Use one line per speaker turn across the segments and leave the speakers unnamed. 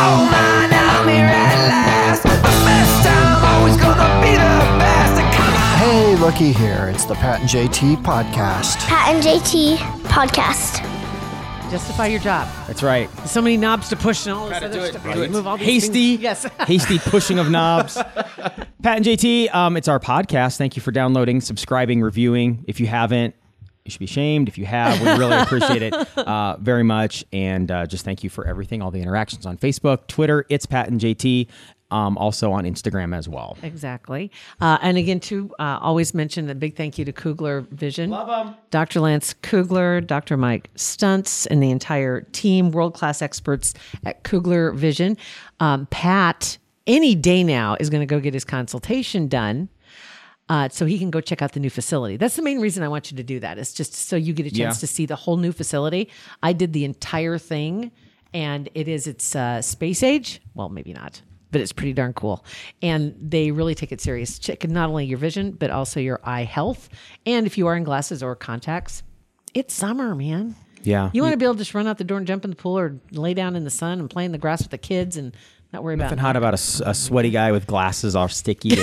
Oh man, I'm here at last. The best time, always gonna be the best. And come on.
Hey, looky here. It's the Pat and JT podcast.
Pat and JT podcast.
Justify your job.
That's right.
There's so many knobs to push and all this other stuff. You move all these
Hasty,
things- Yes.
hasty pushing of knobs. Pat and JT, um, it's our podcast. Thank you for downloading, subscribing, reviewing. If you haven't, you should be shamed. If you have, we really appreciate it uh, very much. And uh, just thank you for everything, all the interactions on Facebook, Twitter. It's Pat and JT. Um, also on Instagram as well.
Exactly. Uh, and again, too, uh, always mention a big thank you to Kugler Vision. Love them. Dr. Lance Kugler, Dr. Mike Stunts, and the entire team, world class experts at Kugler Vision. Um, Pat, any day now, is going to go get his consultation done. Uh, so he can go check out the new facility. That's the main reason I want you to do that. It's just so you get a chance
Yeah.
to see the whole new facility. I did the entire thing, and it is it's uh, space age. Well, maybe not, but it's pretty darn cool. And they really take it serious. Check not only your vision but also your eye health. And if you are in glasses or contacts, it's summer, man.
Yeah.
You want to be able to just run out the door and jump in the pool, or lay down in the sun and play in the grass with the kids, and not worry
Nothing
about
hot about a, s- a sweaty guy with glasses all sticky.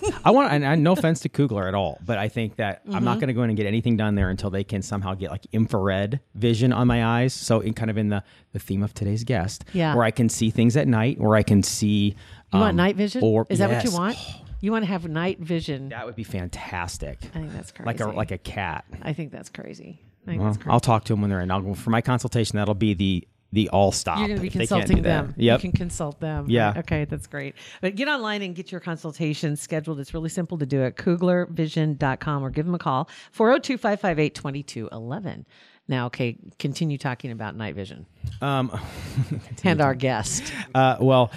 And I want, and I, no offense to Kugler at all, but I think that I'm
Mm-hmm.
not going to go in and get anything done there until they can somehow get like infrared vision on my eyes. So, in kind of in the, the theme of today's guest,
Yeah.
where I can see things at night, where I can see.
You want
um,
night vision?
Or
is that what
yes.
you want? You want to have night vision?
That would be fantastic.
I think that's crazy.
Like a like a cat.
I think that's crazy. I think
Well,
that's crazy.
I'll talk to him when they're in. I'll go for my consultation. That'll be the the all stop.
You're going to be
if they can't
consulting
do that.
them.
Yep.
You can consult them.
Yeah.
Okay, that's great. But get online and get your consultation scheduled. It's really simple to do at kuglervision.com or give them a call 402 558 2211. Now, okay, continue talking about night vision. Um, and our guest.
Uh, well,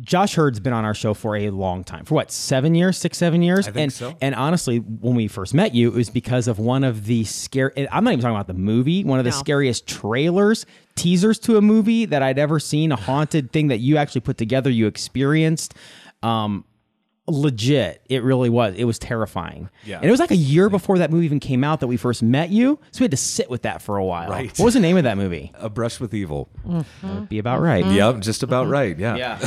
Josh Hurd's been on our show for a long time. For what, seven years, six, seven years? I think and, so. And honestly, when we first met you, it was because of one of the scare. I'm not even talking about the movie, one of the
No.
scariest trailers, teasers to a movie that I'd ever seen, a haunted thing that you actually put together, you experienced. Um, legit it really was it was terrifying yeah and it was like a year before that movie even came out that we first met you so we had to sit with that for a while
Right.
what was the name of that movie
A brush with evil.
be about right
Yep, just about right. Yeah.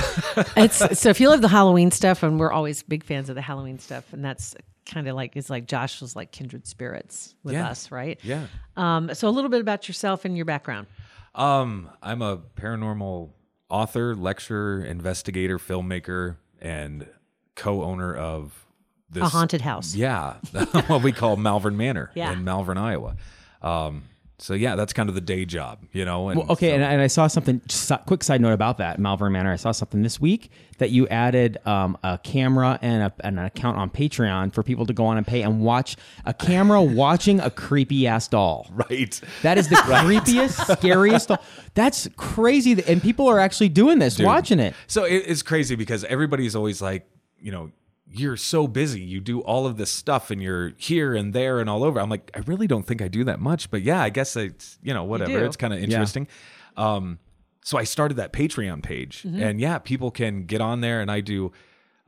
it's so if you love the Halloween stuff, and we're always big fans of the Halloween stuff, and that's kind of like it's like Josh was like kindred spirits with
Yeah.
us, right?
Yeah.
Um, so a little bit about yourself and your background.
Um, I'm a paranormal author, lecturer, investigator, filmmaker, and co-owner of this
A haunted house.
Yeah, what we call Malvern Manor
Yeah.
in Malvern, Iowa. Um, so yeah, that's kind of the day job, you know. And
Well, okay, and, and I saw something. Just a quick side note about that Malvern Manor. I saw something this week that you added um, a camera and, a, and an account on Patreon for people to go on and pay and watch a camera watching a creepy ass doll.
right.
That is the creepiest, scariest. doll. That's crazy, that- and people are actually doing this, watching it.
So it, it's crazy because everybody's always like, you know, you're so busy. You do all of this stuff and you're here and there and all over. I'm like, I really don't think I do that much. But yeah, I guess it's, you know, whatever.
do.
It's kind of interesting. Um, so I started that Patreon page. And yeah, people can get on there and I do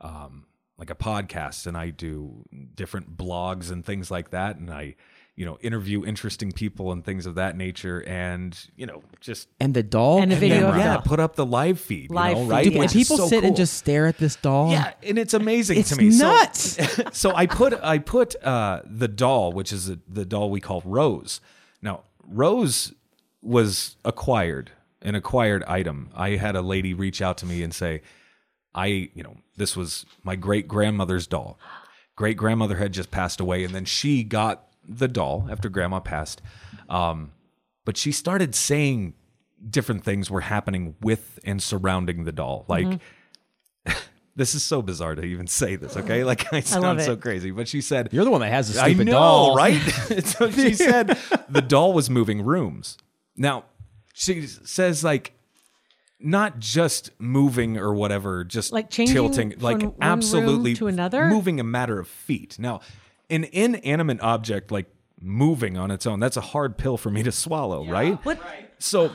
um, like a podcast and I do different blogs and things like that. And I, you know, interview interesting people and things of that nature. And, you know, just
And the doll
And a video
camera.
of
yeah,
doll.
put up the live feed,
Live
you know,
feed,
right?
Dude,
yeah.
when
Which is
people
so
sit and
cool.
just stare at this doll,
Yeah, and it's amazing
it's
to me. So-
nuts.
So, I put I put uh, the doll, which is the, the doll we call Rose. Now Rose was acquired, an acquired item. I had a lady reach out to me and say, I, you know, this was my great grandmother's doll. Great grandmother had just passed away, and then she got the doll after grandma passed. Um, but she started saying different things were happening with and surrounding the doll. Like, this is so bizarre to even say this, okay? Like, I sound
it.
so crazy. But she said,
You're the one that has the
I
stupid
know,
doll,
right? so she said the doll was moving rooms. Now, she says like not just moving or whatever, just
Like changing
tilting,
from
like
one room
absolutely
to another?
moving a matter of feet. Now, an inanimate object like moving on its own, that's a hard pill for me to swallow, right?
What?
So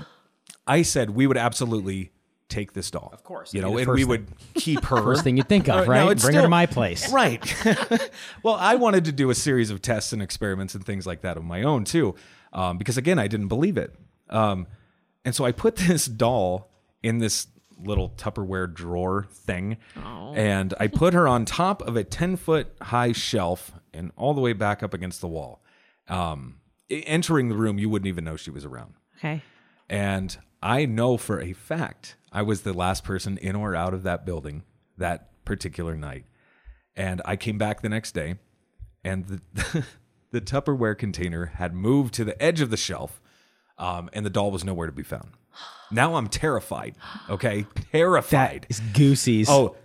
I said we would absolutely take this doll, of course, you know,
the
and
first
we
thing.
would keep her.
First thing you think
Uh,
of,
no,
right? Bring
it's
her to
still-
my place.
Right. well, I wanted to do a series of tests and experiments and things like that of my own too, um, because again, I didn't believe it. Um, and so I put this doll in this little Tupperware drawer thing, and I put her on top of a 10 foot high shelf and all the way back up against the wall. Um, e- entering the room, you wouldn't even know she was around.
Okay.
And I know for a fact I was the last person in or out of that building that particular night. And I came back the next day, and the, the Tupperware container had moved to the edge of the shelf, um, and the doll was nowhere to be found. Now I'm terrified. Okay, terrified.
It's Goosey's.
oh,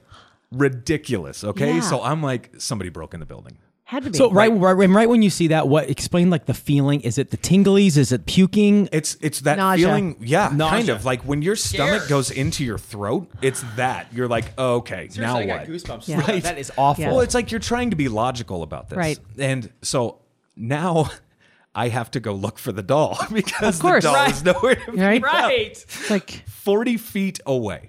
ridiculous. Okay,
Yeah.
so I'm like, somebody broke in the building.
Had to be.
So right, right, right, right when you see that, what explain like the feeling? Is it the tinglies? Is it puking?
It's it's that
Nausea.
feeling, yeah, kind
Nausea.
of like when your stomach goes into your throat. It's that you're like, oh, okay, now what?
goosebumps.
Yeah. Right.
That is awful.
Yeah.
Well, it's like you're trying to be logical about this,
Right.
And so now I have to go look for the doll because the
course.
doll
Right.
is nowhere to be
Right.
found.
It's like
forty feet away,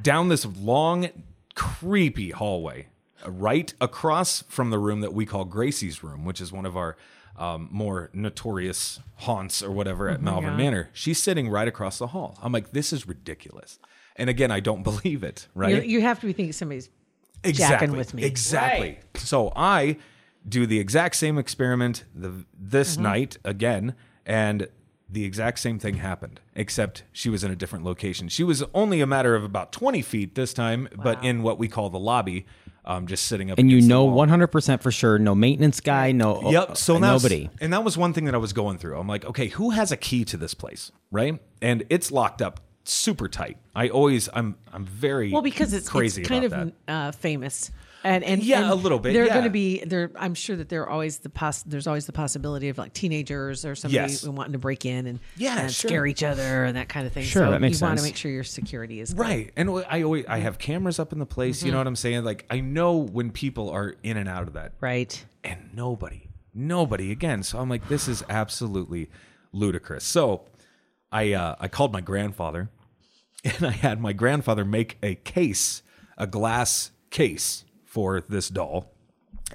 down this long, creepy hallway, right across from the room that we call Gracie's room, which is one of our. Um, more notorious haunts or whatever at Malvern Manor. She's sitting right across the hall. I'm like, this is ridiculous. And again, I don't believe it, right?
you, you have to be thinking somebody's.
exactly.
with me.
Exactly. So I do the exact same experiment the, this
Mm-hmm.
night again, and the exact same thing happened, except she was in a different location. She was only a matter of about 20 feet this time, but in what we call the lobby, um, just sitting up.
And you
against the
know
wall.
100% for sure, no maintenance guy, no uh,
Yep. So now
nobody.
and that was one thing that I was going through. I'm like, okay, who has a key to this place, right? And it's locked up super tight. I always, I'm, I'm very
Well, because it's,
crazy
it's kind
about
of
that.
uh, famous. And, and
Yeah,
and
a little bit,
They're
yeah.
going to be there. I'm sure that there are always the poss- There's always the possibility of like teenagers or somebody
Yes.
wanting to break in and
Yeah,
and
sure.
scare each other and that kind of thing.
Sure,
so
that makes
you want to
sense.
make sure your security is good.
Right. And wh- I always I
Mm-hmm.
have cameras up in the place, you know what I'm saying? Like I know when people are in and out of that.
Right.
And nobody. Nobody again. So I'm like this is absolutely ludicrous. So I uh I called my grandfather and I had my grandfather make a case, a glass case for this doll.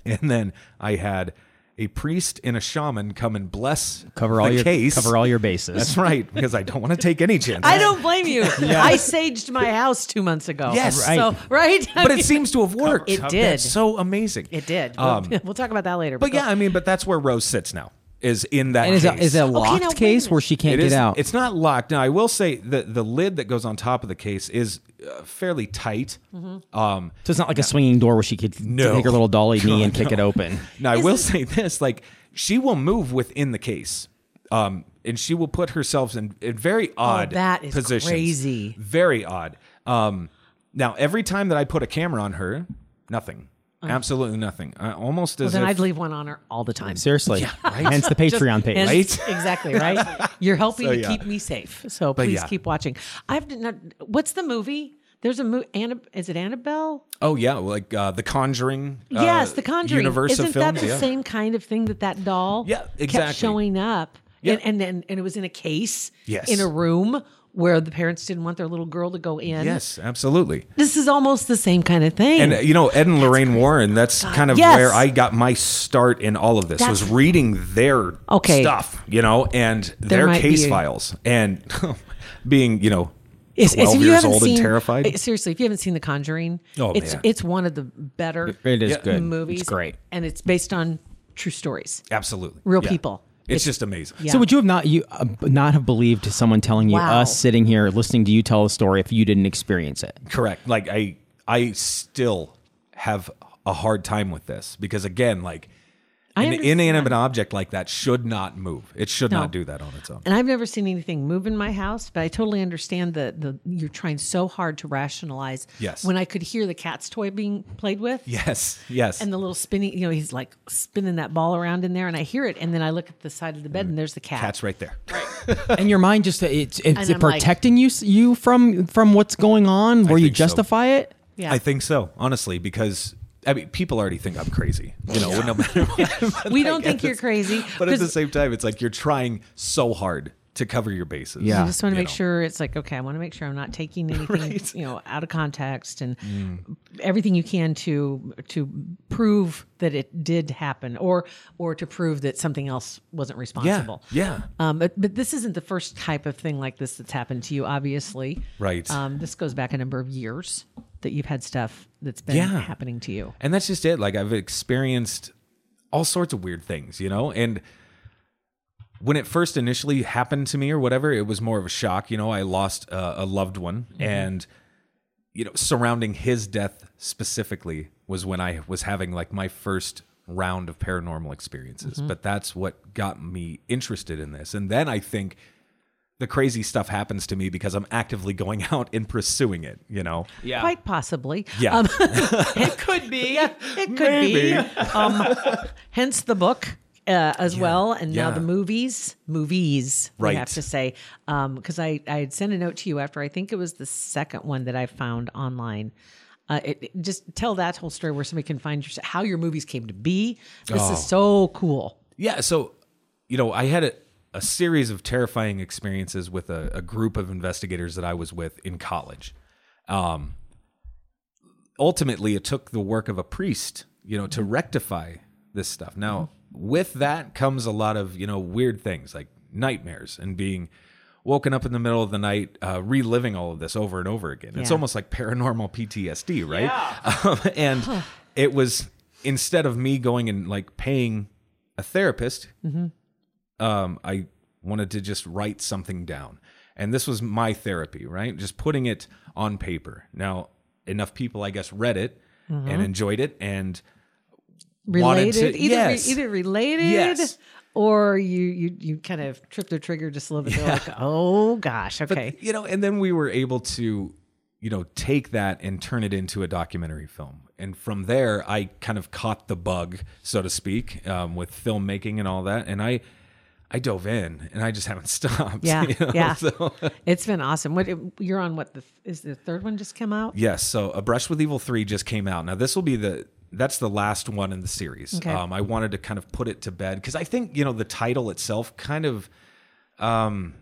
And then I had a priest and a shaman come and bless
Cover all
the
your
case.
cover all your bases.
That's right, because I don't want to take any chances.
I don't blame you. I saged my house two months ago.
Yes.
Right. So, right? I
but
mean,
it seems to have worked.
Oh, It
That's
did.
so amazing.
It did. We'll,
Um,
we'll talk about that later.
but
go-
yeah, I mean, but that's where Rose sits now. Is in that
and is it,
case.
is it a locked
now, wait a
case where
minute.
she can't
It
get
is-
out?
It's not locked. Now, I will say the the lid that goes on top of the case is uh, fairly tight.
Mm-hmm.
Um,
so it's not like a swinging door where she could
No.
take her little dolly knee and kick it open.
now, I will say this: like she will move within the case, um, and she will put herself in, in very odd
Oh, that is
positions.
crazy.
Very odd. Um, now, every time that I put a camera on her, nothing. Absolutely nothing. I almost
Uh. Well,
as
then
if
I'd leave one on her all the time.
Seriously. Hence the Patreon page.
And-
Right?
Exactly, right? You're helping
So,
to
yeah.
keep me safe. So please
yeah.
keep watching. I've did not, What's the movie? There's a movie. Annab- is it Annabelle?
Oh yeah, like uh, the Conjuring. uh,
yes, The Conjuring.
Universe
Isn't
of films.
that the
yeah.
same kind of thing that that doll
Yeah, exactly.
kept showing up?
Yeah.
And, and then and it was in a case
Yes.
in a room where the parents didn't want their little girl to go in.
Yes, absolutely.
This is almost the same kind of thing.
And uh, you know, Ed and Lorraine Warren. That's kind of
Yes.
where I got my start in all of this. was
That's-
reading their
Okay.
stuff, you know, and their
might
case
be a-
files, and being you know,
It's- it's-
12
if you
years
haven't
old and
seen-
terrified.
eh, Seriously, if you haven't seen The Conjuring,
Oh,
it's
man.
it's one of the better
It is
Yeah.
good.
movies.
It's great.
and it's based on true stories.
absolutely
Real
Yeah.
people.
It's, just amazing.
Yeah.
So would you have not you uh, not have believed someone telling you
Wow.
us sitting here listening to you tell a story if you didn't experience it?
Correct. Like I, I still have a hard time with this because again, like
I
An
understand.
inanimate object like that should not move. It should
No.
not do that on its own.
And I've never seen anything move in my house, but I totally understand the the you're trying so hard to rationalize.
Yes.
When I could hear the cat's toy being played with.
Yes, yes.
And the little spinning, you know, he's like spinning that ball around in there, and I hear it, and then I look at the side of the bed, and there's the cat.
Mm. Cat's right there.
and your mind just it's it's
And
it
I'm like-
protecting you you from from what's going on where you
think so.
justify it.
Yeah.
I think so, honestly, because I mean, people already think I'm crazy. You know, no matter what.
we don't think you're crazy,
But at the
'cause
same time, it's like you're trying so hard to cover your bases.
Yeah.
I just want to
you
make
know.
sure it's like okay. I want to make sure I'm not taking anything, you know, out of context and
Mm.
everything you can to to prove that it did happen, or or to prove that something else wasn't responsible.
yeah.
Um, but but this isn't the first type of thing like this that's happened to you, obviously.
Right.
Um, this goes back a number of years that you've had stuff that's been
Yeah.
happening to you.
And that's just it. Like I've experienced all sorts of weird things, you know? And when it first initially happened to me or whatever, it was more of a shock. You know, I lost a, a loved one and you know, surrounding his death specifically was when I was having like my first round of paranormal experiences. But that's what got me interested in this. And then I think the crazy stuff happens to me because I'm actively going out and pursuing it, you know?
Yeah.
Quite Um, possibly.
Yeah.
it could be. it could
Maybe.
be. Um, hence the book uh, as well, and now
Yeah.
the movies. Movies,
Right.
we have to say, because I I had sent a note to you after I think it was the second one that I found online. Uh, it, it- just tell that whole story where somebody can find your, how your movies came to be. This
Oh.
is so cool.
Yeah. So, you know, I had a, a series of terrifying experiences with a, a group of investigators that I was with in college. Um, ultimately, it took the work of a priest, you know, to rectify this stuff. Now, with that comes a lot of, you know, weird things like nightmares and being woken up in the middle of the night, uh, reliving all of this over and over again. It's
Yeah.
almost like paranormal PTSD, right? Um, and it was instead of me going and like paying a therapist, um, I wanted to just write something down. And this was my therapy, right? Just putting it on paper. Now, enough people, I guess, read it
Mm-hmm.
and enjoyed it and wanted
Related,
to.
either
yes.
re- either related.
Yes.
Or you, you you kind of tripped the trigger just a little bit. They're like, oh gosh, okay.
you know, and then we were able to, you know, take that and turn it into a documentary film. And from there, I kind of caught the bug, so to speak, um, with filmmaking and all that. And I, I dove in, and I just haven't stopped.
Yeah,
you know,
yeah.
So
It's been awesome. What you're on? What the is the third one just come out?
Yes. So A Brush with Evil 3 just came out. Now, this will be the. That's the last one in the series.
Okay.
Um, I wanted to kind of put it to bed because I think you know the title itself kind of, um,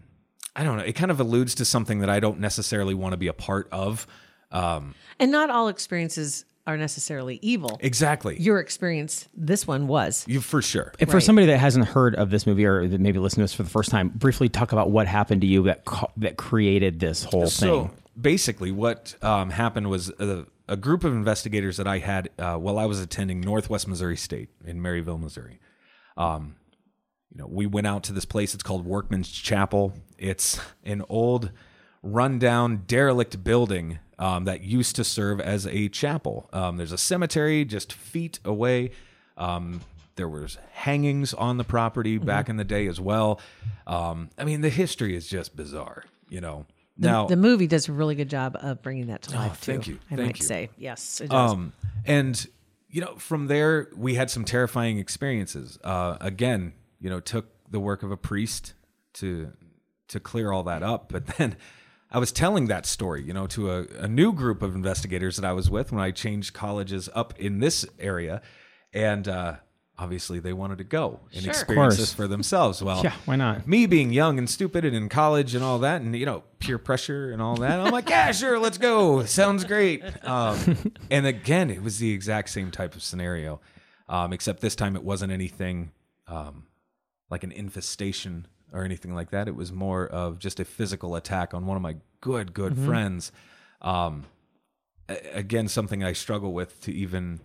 I don't know, it kind of alludes to something that I don't necessarily want to be a part of. Um,
And not all experiences are necessarily evil.
exactly,
Your experience, this one was.
you for sure.
And for somebody that hasn't heard of this movie or that maybe listened to this for the first time, briefly talk about what happened to you that co- that created this whole
So
thing.
basically, what um, happened was a, a group of investigators that I had uh, while I was attending Northwest Missouri State in Maryville, Missouri. Um, you know, we went out to this place. It's called Workman's Chapel. It's an old, rundown, derelict building um, that used to serve as a chapel. Um, there's a cemetery just feet away. Um, there was hangings on the property
Mm-hmm.
back in the day as well. Um, I mean, the history is just bizarre. You know, now
the movie does a really good job of bringing that to life. too,
Oh. thank you.
I
Thank
might
you.
say yes. It does.
um, and you know, from there we had some terrifying experiences. Uh, again, you know, took the work of a priest to to clear all that up. But then I was telling that story, you know, to a, a new group of investigators that I was with when I changed colleges up in this area, and uh, obviously they wanted to go and experience
course.
this for themselves. Well,
Yeah, why not?
Me being young and stupid and in college and all that, and you know, peer pressure and all that. I'm like, yeah, sure, let's go. Sounds great. Um, and again, it was the exact same type of scenario, um, except this time it wasn't anything um, like an infestation or anything like that. It was more of just a physical attack on one of my good, good friends. Um, a- again, something I struggle with to even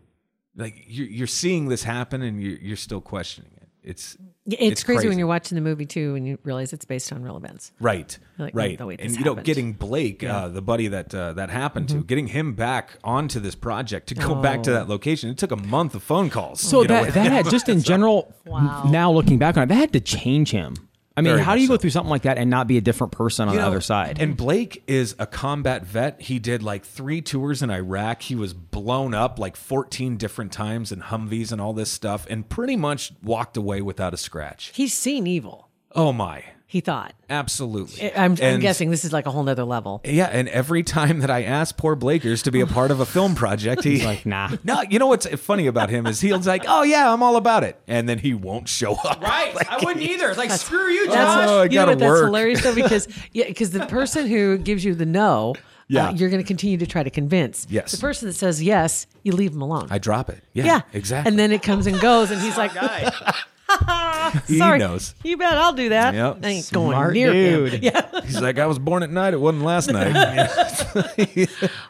like you're, you're seeing this happen and you're, you're still questioning it. It's
Yeah, It's, crazy, when you're watching the movie too and you realize it's based on real events.
Right,
You're like,
right,
"Oh, wait,
and
this
you know,
happened."
getting Blake, uh, the buddy that uh, that happened to, getting him back onto this project to go back to that location. It took a month of phone calls.
So
you know,
that,
with
that
him.
had just in general, n- now looking back on it, that had to change him. I mean,
Very
how do you
much
go
so.
through something like that and not be a different person on
You
the
know,
other side?
And Blake is a combat vet. He did like three tours in Iraq. He was blown up like 14 different times in Humvees and all this stuff, and pretty much walked away without a scratch.
He's seen evil,
Oh my.
he thought.
Absolutely.
I- I'm, I'm
And-
guessing this is like a whole nother level.
Yeah, and every time that I ask poor Blakers to be a part of a film project, he's
like, nah.
No, you know what's funny about him is he's like, oh yeah, I'm all about it, and then he won't show up.
Right. I wouldn't either. Like, screw you,
That's
Josh.
Oh, I
you know
gotta
what, that's
work.
hilarious though because yeah, because the person who gives you the no, uh,
Yeah.
you're going to continue to try to convince.
Yes.
the person that says yes, you leave them alone.
I drop it. Yeah,
yeah,
exactly.
And then it comes and goes, and he's like,
Guy.
he
"Sorry,
knows.
you bet I'll do that."
Yep.
I ain't
Smart
going near him.
dude.
Yeah.
He's like, I was born at night. It wasn't last night.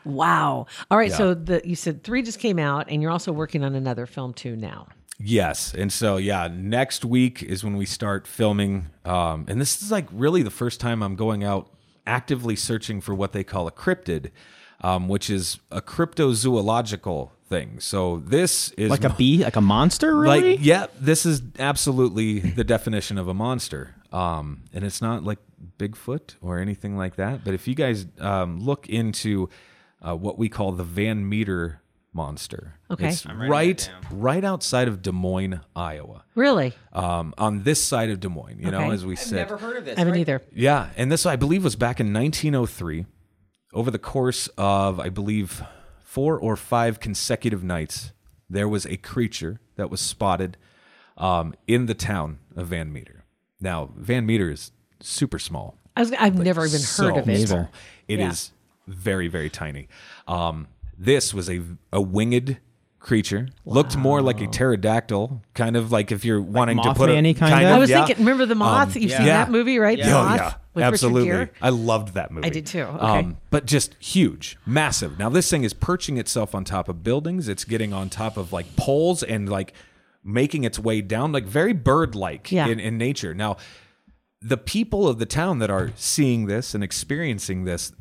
Wow. All right. So the you said three just came out, and you're also working on another film too now.
Yes. And so, yeah, next week is when we start filming. Um, and this is like really the first time I'm going out actively searching for what they call a cryptid, um, which is a cryptozoological thing. So, this is
like a bee, like a monster, really?
Like, yeah, this is absolutely the definition of a monster. Um, and it's not like Bigfoot or anything like that. But if you guys um, look into uh, what we call the Van Meter monster,
Okay.
it's right, right outside of Des Moines, Iowa.
Really?
Um, on this side of Des Moines, you know,
Okay.
as we
I've
sit.
never heard of this.
I haven't
right?
either.
Yeah, and this I believe was back in 1903. Over the course of I believe four or five consecutive nights, there was a creature that was spotted um, in the town of Van Meter. Now Van Meter is super small.
I was, I've never even heard
so
of it.
small. It is very very tiny. Um, this was a a winged creature. Looked more like a pterodactyl, kind of like if you're wanting to put
Mothman-y
a
kind of?
I was
yeah. Um,
thinking. Remember the moth? You've seen
yeah.
that movie, right? The
Oh,
moth
yeah,
with
absolutely.
Richard Gere.
I loved that movie. Um,
I did too. Okay.
but just huge, massive. Now this thing is perching itself on top of buildings. It's getting on top of like poles and like making its way down, like very bird-like
Yeah.
in, in nature. Now, the people of the town that are seeing this and experiencing this,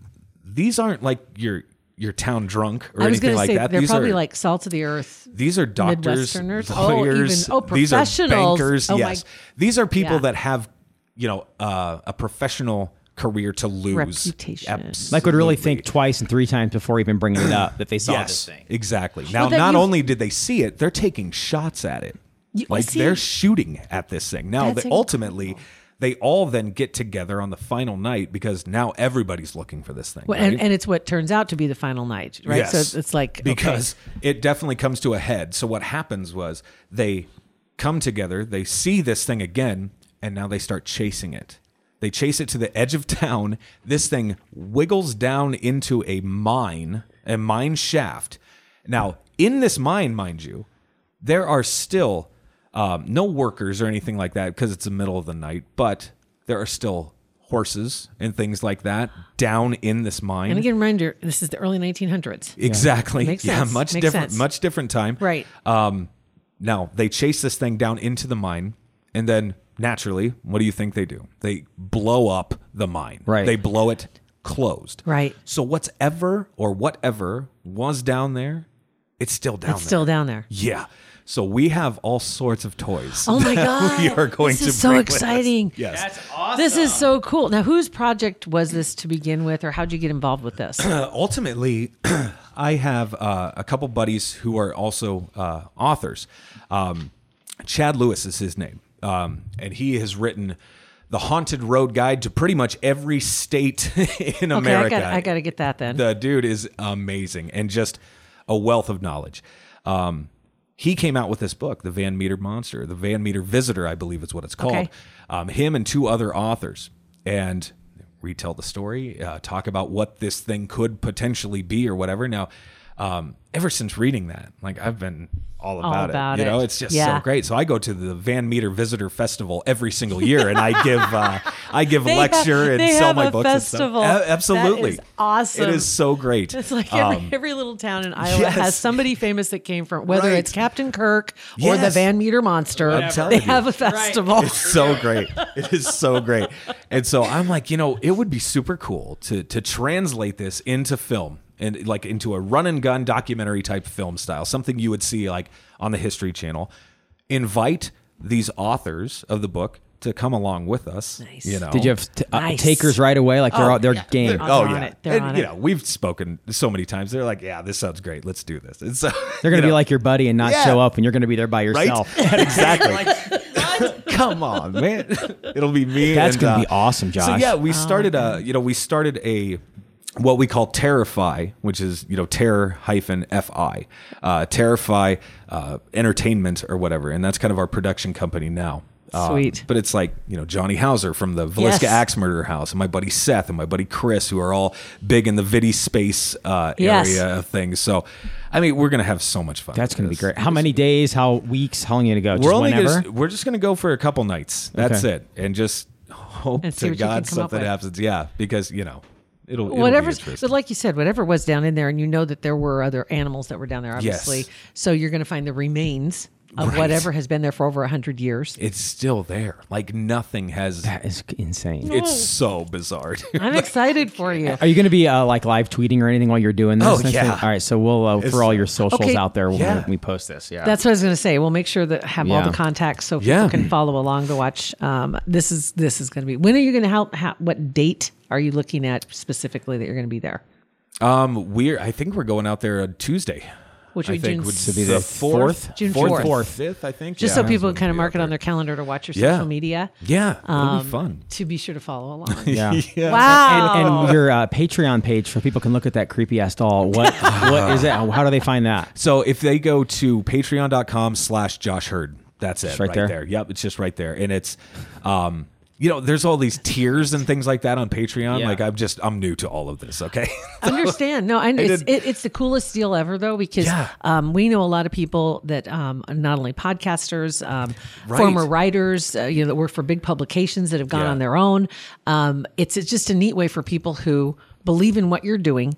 these aren't like your your town drunk or
I was
anything
going
like
to say
that.
they're
these
probably
are
like salt of the earth.
these are doctors,
Midwesterners? Oh,
lawyers,
even- oh,
these are
professionals.
bankers.
Oh, my-
yes, these are people
Yeah.
that have you know uh, a professional career to lose.
Reputation.
Abs-
Like would really think twice and three times before even bringing it up that they saw this
Yes,
thing.
exactly. Now,
that
not
you-
only did they see it, they're taking shots at it. like
see-
they're shooting at this thing. Now,
That's
they, ultimately, they all then get together on the final night because now everybody's looking for this thing.
Well,
right?
and, and it's what turns out to be the final night, right? So
Yes.
it's- it's like okay.
because it definitely comes to a head. So what happens was they come together, they see this thing again, and now they start chasing it. They chase it to the edge of town. This thing wiggles down into a mine, a mine shaft. Now, in this mine, mind you, there are still um, no workers or anything like that because it's the middle of the night, but there are still horses and things like that down in this mine.
And again, reminder: this is the early 1900s.
Exactly.
Makes
yeah,
sense.
much
Makes
different
sense.
much different time.
Right.
Um now they chase this thing down into the mine and then naturally, what do you think they do? They blow up the mine.
Right.
They blow it closed.
Right.
So what's ever or whatever was down there, it's still down
It's
there.
still down there.
yeah. So we have all sorts of toys.
Oh my god!
we are going
this
to
is so
bring with us.
exciting.
Yes.
That's awesome.
This is so cool. Now, whose project was this to begin with, or how'd you get involved with this?
uh, ultimately, I have uh, a couple buddies who are also uh, authors. Um, Chad Lewis is his name, um, and he has written the Haunted Road Guide to pretty much every state in
okay, I
America.
got I got to get that then.
The dude is amazing and just a wealth of knowledge. Um, he came out with this book, The Van Meter Monster, The Van Meter Visitor, I believe is what it's called.
Okay.
Um, him and two other authors, and retell the story, uh, talk about what this thing could potentially be or whatever. Now, Um, ever since reading that, like I've been all about,
about
it. You know,
it.
it's just
Yeah.
so great. So I go to the Van Meter Visitor Festival every single year, and I give uh, I give a
They have-
lecture and
they
sell
have
my
a
books.
festival.
And stuff.
That
A- absolutely,
is awesome.
It is so great.
It's like every,
Um,
every little town in Iowa
yes.
has somebody famous that came from, whether
Right.
it's Captain Kirk or the
Yes.
Van Meter Monster.
I'm telling
they
you.
have a festival.
It's so
oh.
great. It is so great. And so I'm like, you know, it would be super cool to to translate this into film and like into a run and gun documentary type film style, something you would see like on the History Channel. Invite these authors of the book to come along with us. Nice. You know,
Did you have t- uh,
Nice.
takers right away? Like they're
Oh,
out their game.
They're
Oh
on
yeah,
it. They're
and,
on
you
it.
know we've spoken so many times. They're like, yeah, this sounds great. Let's do this. And so
They're going to be like your buddy and not
Yeah.
show up, and you're going to be there by
right,
yourself.
exactly. Come on, man. It'll be me.
That's
and,
gonna
uh,
be awesome, Josh.
So yeah,
Oh,
we started a you know we started a what we call Terrify, which is you know terror hyphen fi, uh, Terrify uh, Entertainment or whatever, and that's kind of our production company now. Um,
Sweet.
but it's like you know Johnny Hauser from the Velisca
Yes.
Axe Murder House, and my buddy Seth and my buddy Chris, who are all big in the Viddy space uh,
Yes.
area of things. So, I mean, we're gonna have so much fun.
That's
with
going to be
this.
great. How many days? How weeks? How long are you going to go?
We're
Just
only
whenever.
gonna, we're just gonna go for a couple nights. That's
Okay.
it, and just hope
And see
to
what you can
God
come up
something
with.
happens. Yeah, because you know it'll it'll be
Whatever,
interesting.
but like you said, whatever was down in there, and you know that there were other animals that were down there,
Yes.
obviously. So you're going to find the remains of
Right.
whatever has been there for over hundred years.
it's still there. Like nothing has.
That is insane.
It's so bizarre. dude.
I'm excited for you.
Are you going to be uh, like live tweeting or anything while you're doing this?
Oh,
next
yeah.
thing? All right. So we'll uh, for all your socials
Okay.
out there, we'll,
Yeah.
we post this. Yeah.
That's what I was going to say. We'll make sure that have all
Yeah.
the contacts so
Yeah.
people can follow along to watch. Um, this is this is going to be. When are you going to help? Ha- what date are you looking at specifically that you're going to be there?
um, we're I think we're going out there on Tuesday.
Which
I
would
think
June
would
s-
be the fourth?
June
fourth,
fourth.
fourth, fifth. I think
just
Yeah.
so people kind of mark it on their calendar to watch your
Yeah.
social media Um,
Yeah, it'll be fun.
to be sure to follow along.
yeah.
Wow.
And, and your uh, Patreon page so people can look at that creepy ass doll. What what is it? How do they find that?
So if they go to patreon.com slash Josh Hurd, that's it.
right
right
there.
there. Yep. It's just right there. And it's, um, you know, there's all these tiers and things like that on Patreon.
Yeah.
Like I'm just, I'm new to all of this. Okay.
Understand? No, and it's,
did-
it, it's the coolest deal ever, though, because
Yeah.
um, we know a lot of people that um, are not only podcasters, um,
Right.
former writers, uh, you know, that work for big publications that have gone
Yeah.
on their own. Um, it's, it's just a neat way for people who believe in what you're doing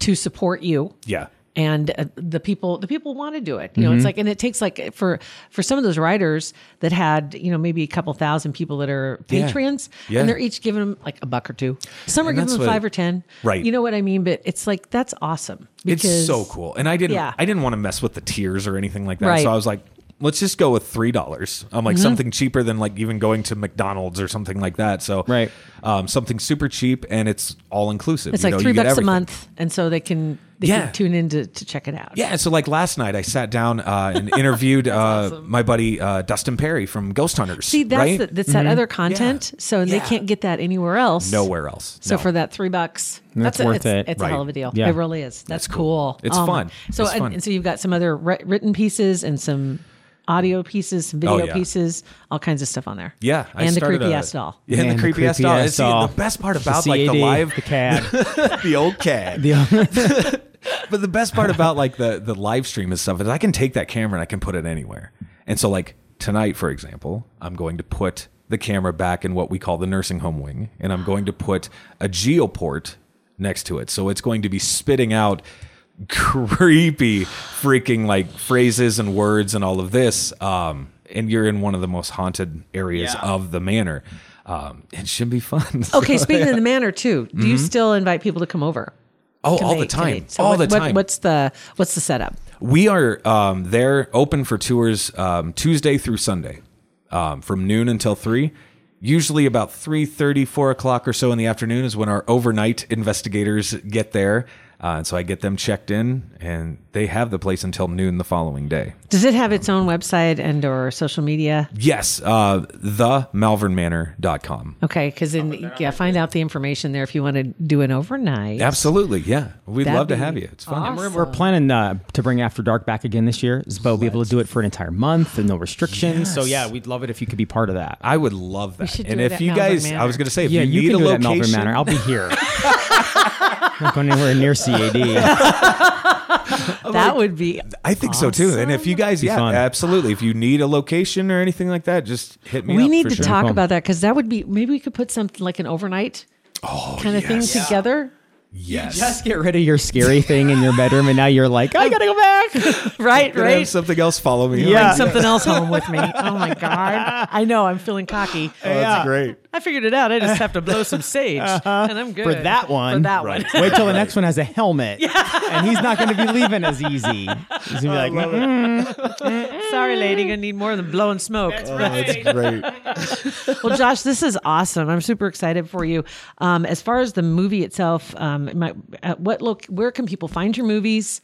to support you.
yeah.
and uh, the people the people want to do it you know
Mm-hmm.
it's like and it takes like for for some of those writers that had you know maybe a couple thousand people that are
Yeah.
patrons
Yeah.
and they're each giving them like a buck or two some are
And
giving
that's
them
what-
five or ten
Right.
you know what i mean but it's like that's awesome because
it's so cool. And I didn't,
Yeah.
I didn't want to mess with the tiers or anything like that.
Right. Mm-hmm.
So I was like, let's just go with $3. I'm like something cheaper than like even going to McDonald's or something like that. So,
Right.
um, something super cheap and it's all inclusive.
it's
You
like
know,
three
you get
bucks a
everything.
month and so they can they
Yeah.
can tune in to, to check it out
Yeah, so like last night, I sat down uh, and interviewed uh, my buddy uh, Dustin Perry from Ghost Hunters.
see that's
right? Mm-hmm.
the, that's that other content so they
Yeah.
can't get that anywhere else
nowhere else.
So
No.
for that three bucks,
That's
a,
worth
it's,
it.
It's
Right.
a hell of a deal.
Yeah.
It really is. That's, cool.
It's
Um,
fun.
So
It's
and,
fun.
and so you've got some other wri- written pieces and some audio pieces, some video
Oh, yeah.
pieces, all kinds of stuff on there.
yeah, I
and the
started
creepy
a-
ass doll.
Yeah, and the creepy ass doll. And see,
doll.
the best part about like the
CAD,
live,
the CAD.
the old cat. but the best part about like the the live stream and stuff is I can take that camera and I can put it anywhere. And so like tonight, for example, I'm going to put the camera back in what we call the nursing home wing, and I'm going to put a geoport next to it. So it's going to be spitting out creepy freaking like phrases and words and all of this. Um, and you're in one of the most haunted areas of the manor. Um, it should be fun.
Okay, speaking of the manor too, do you still invite people to come over?
Mm-hmm. oh, all
Today-
the time.
today? So
all
what-
the
what-
time.
what's the what's the setup?
We are um, there open for tours um, Tuesday through Sunday um, from noon until 3. Usually about 3.30, 4 o'clock or so in the afternoon is when our overnight investigators get there. Uh, and so I get them checked in and they have the place until noon the following day.
Does it have its own website and or social media?
Yes, uh, themalvernmanor.com.
Okay, because then yeah, find out the information there if you want to do an overnight.
Absolutely, yeah. We'd
That'd
love to
be
have you. It's fun.
awesome.
We're, we're planning uh, to bring After Dark back again this year. Zbo will be able to do it for an entire month and no restrictions. So yeah, we'd love it if you could be part of that.
I would love that.
should
and
do it
if
at
you
Malvern
guys, I
Manor.
was going to say, if
yeah, you,
you, need
can
a
do it at
location,
Malvern Manor. I'll be here. Not going anywhere near CAD.
that would be.
I think so too. And if you guys, yeah,
fun.
absolutely. If you need a location or anything like that, just hit me.
we
up
need
for
to
sure.
talk
Come.
about that because that would be maybe we could put something like an overnight kind of
Oh, yes.
thing together,
Yes,
Just get rid of your scary thing in your bedroom, and now you're like, I gotta go back.
right?
Gonna have
Right.
something else follow me.
Yeah.
Bring something else home with me. Oh my god! I know I'm feeling cocky.
Oh, that's great. Uh-huh.
I figured it out. I just have to blow some sage, and I'm good
For that one.
For that
Right.
one.
Wait till the next one has a helmet, and he's not going to be leaving as easy. He's going to be like, "Mm." "Mm-mm."
Sorry, lady, gonna need more than blowing smoke.
That's great.
well, Josh, this is awesome. I'm super excited for you. Um, as far as the movie itself, um, it might, at what look? Where can people find your movies?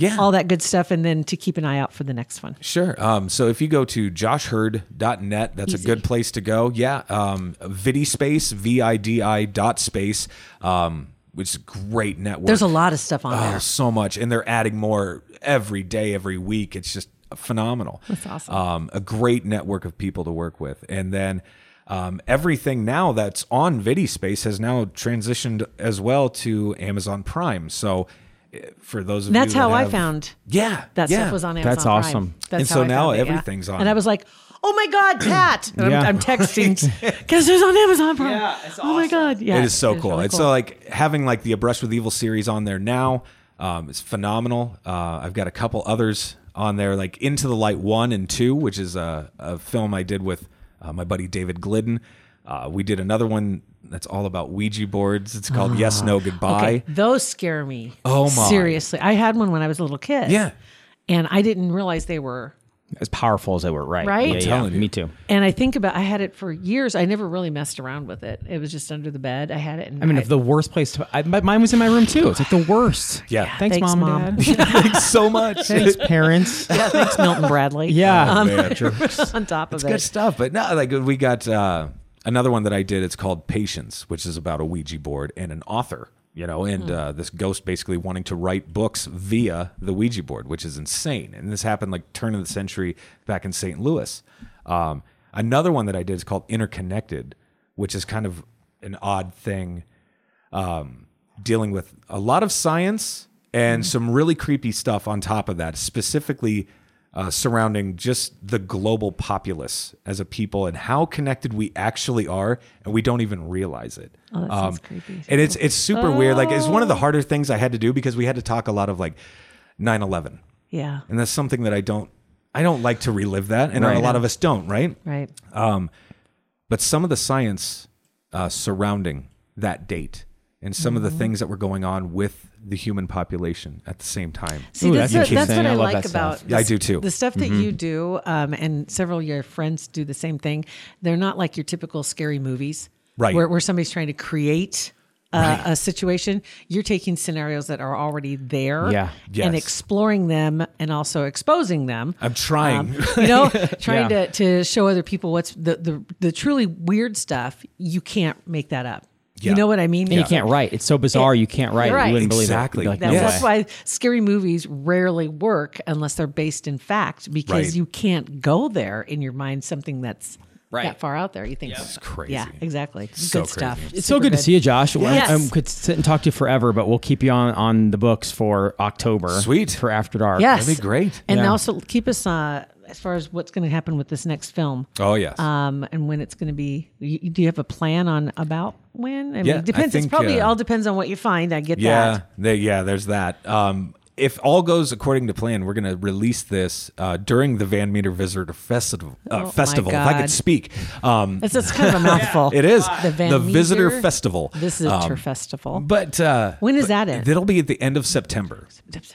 Yeah.
all that good stuff, and then to keep an eye out for the next one.
Sure. Um, so if you go to joshherd.net, that's a good place to go. Yeah. Um, Vidispace, V I D I dot space, um, which is a great network.
There's a lot of stuff on
Oh,
there.
so much. And they're adding more every day, every week. It's just phenomenal. That's
awesome.
Um, a great network of people to work with. And then um, everything now that's on Vidispace has now transitioned as well to Amazon Prime. So eh, for those of
That's
you that
how I
have-
found
yeah,
that
yeah.
stuff was on Amazon.
That's
Prime.
awesome.
That's
And
how
so
I
now
found it, yeah.
everything's on. Hmm.
And I was like, "Oh my God, Tat!" And
Yeah.
I'm, I'm texting because there's on Amazon Prime. Oh my God, yeah,
it is so
it's
cool.
really
It's so like having like the Abreast with Evil series on there now. Um, it's phenomenal. Uh, I've got a couple others on there, like Into the Light one and two, which is a, a film I did with uh, my buddy David Glidden. Uh, we did another one that's all about Ouija boards. It's called Yes, No, Goodbye.
Okay, those scare me.
Oh, my.
Seriously, I had one when I was a little kid.
Yeah.
and I didn't realize they were.
as powerful as they were, right?
Right?
Yeah,
I'm
yeah.
telling you.
Me too.
And I think about I had it for years. I never really messed around with it. It was just under the bed. I had it. And
I mean, if the worst place to, I, but mine was in my room too. It's like the worst.
Yeah.
Thanks,
Thanks,
mom,
Mom.
and dad.
Thanks so much. Oh,
Thanks, parents.
yeah, thanks Milton Bradley.
Yeah.
Man,
on top of
it's
it.
good stuff. But no, like we got uh, another one that I did. It's called Patience, which is about a Ouija board and an author. You know, and
Hmm.
uh, this ghost basically wanting to write books via the Ouija board, which is insane. And this happened like turn of the century back in St. Louis. Um, another one that I did is called Interconnected, which is kind of an odd thing dealing with a lot of science and
Mm-hmm.
some really creepy stuff on top of that, specifically uh, surrounding just the global populace as a people and how connected we actually are, and we don't even realize it. Oh,
that sounds creepy. Oh.
And it's it's super weird. Like it's one of the harder things I had to do because we had to talk a lot of like 9/11,
Yeah.
and that's something that I don't I don't like to relive that, and a lot of us don't, right?
Right.
but some of the science uh, surrounding that date and some of the
Mm-hmm.
things that were going on with the human population at the same time.
See,
Ooh,
that's,
that's
what, that's
interesting.
what
I
I,
love
like
that stuff. Mm-hmm.
about.
Yeah, I
this-
do too.
The stuff that you do, um, and several of your friends do the same thing. They're not like your typical scary movies,
Right.
Where, where somebody's trying to create. A, a situation you're taking scenarios that are already there
Yeah.
and
Yes.
exploring them and also exposing them
I'm trying.
you know trying to, to show other people what's the, the the truly weird stuff you can't make that up
Yeah.
you know what i mean
You can't write. It's so bizarre. you can't write.
You're
You wouldn't
right.
believe
Exactly.
it. You'd be
That's,
Like, no
that's
way.
why scary movies rarely work unless they're based in fact because
Right.
you can't go there in your mind something that's
Right.
that far out there. You think it's
crazy.
Yeah, exactly.
So
good stuff.
crazy.
It's so good to see you, Josh. I-
Yes.
I, could sit and talk to you forever, but we'll keep you on, on the books for October.
Sweet.
For After Dark.
Yes,
That'd be great.
And
Yeah.
also keep us uh, as far as what's going to happen with this next film.
Oh, yes.
Um, and when it's going to be? You, you- do you have a plan on about when? I mean,
Yeah, I
it depends.
think,
it's probably
uh,
all depends on what you find. I get
yeah,
that.
there- yeah, there's that. Um, if all goes according to plan, we're going to release this uh, during the Van Meter Visitor Festival. Uh,
Oh, my
festival, if I
God.
could speak. Um,
That's, that's kind of a mouthful.
it is
the
the,
Van
Visitor
Meter
Festival. Um,
Visitor Festival.
But uh,
When is
but
that in?
That'll be at the end of September.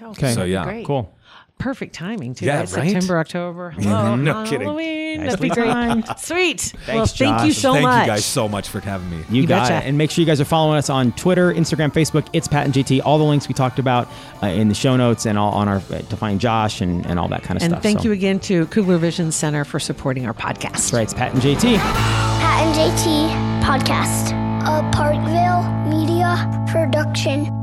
okay.
So, yeah.
great.
Cool.
Perfect timing too.
Yeah,
right?
right?
September, October. Hello,
No
on
kidding.
Halloween. That'd
Nicely
be great.
timed.
Sweet. well, thank
Josh.
you so
Thank
much.
you guys so much for having me.
You,
You
got
betcha.
it. And make sure you guys are following us on Twitter, Instagram, Facebook. It's Pat and JT. All the links we talked about uh, in the show notes and all on our uh, to find Josh and, and all that kind of
and
stuff.
thank
So-
you again to Kugler Vision Center for supporting our podcast.
That's right. It's Pat and JT.
Pat and JT Podcast, a Parkville media production.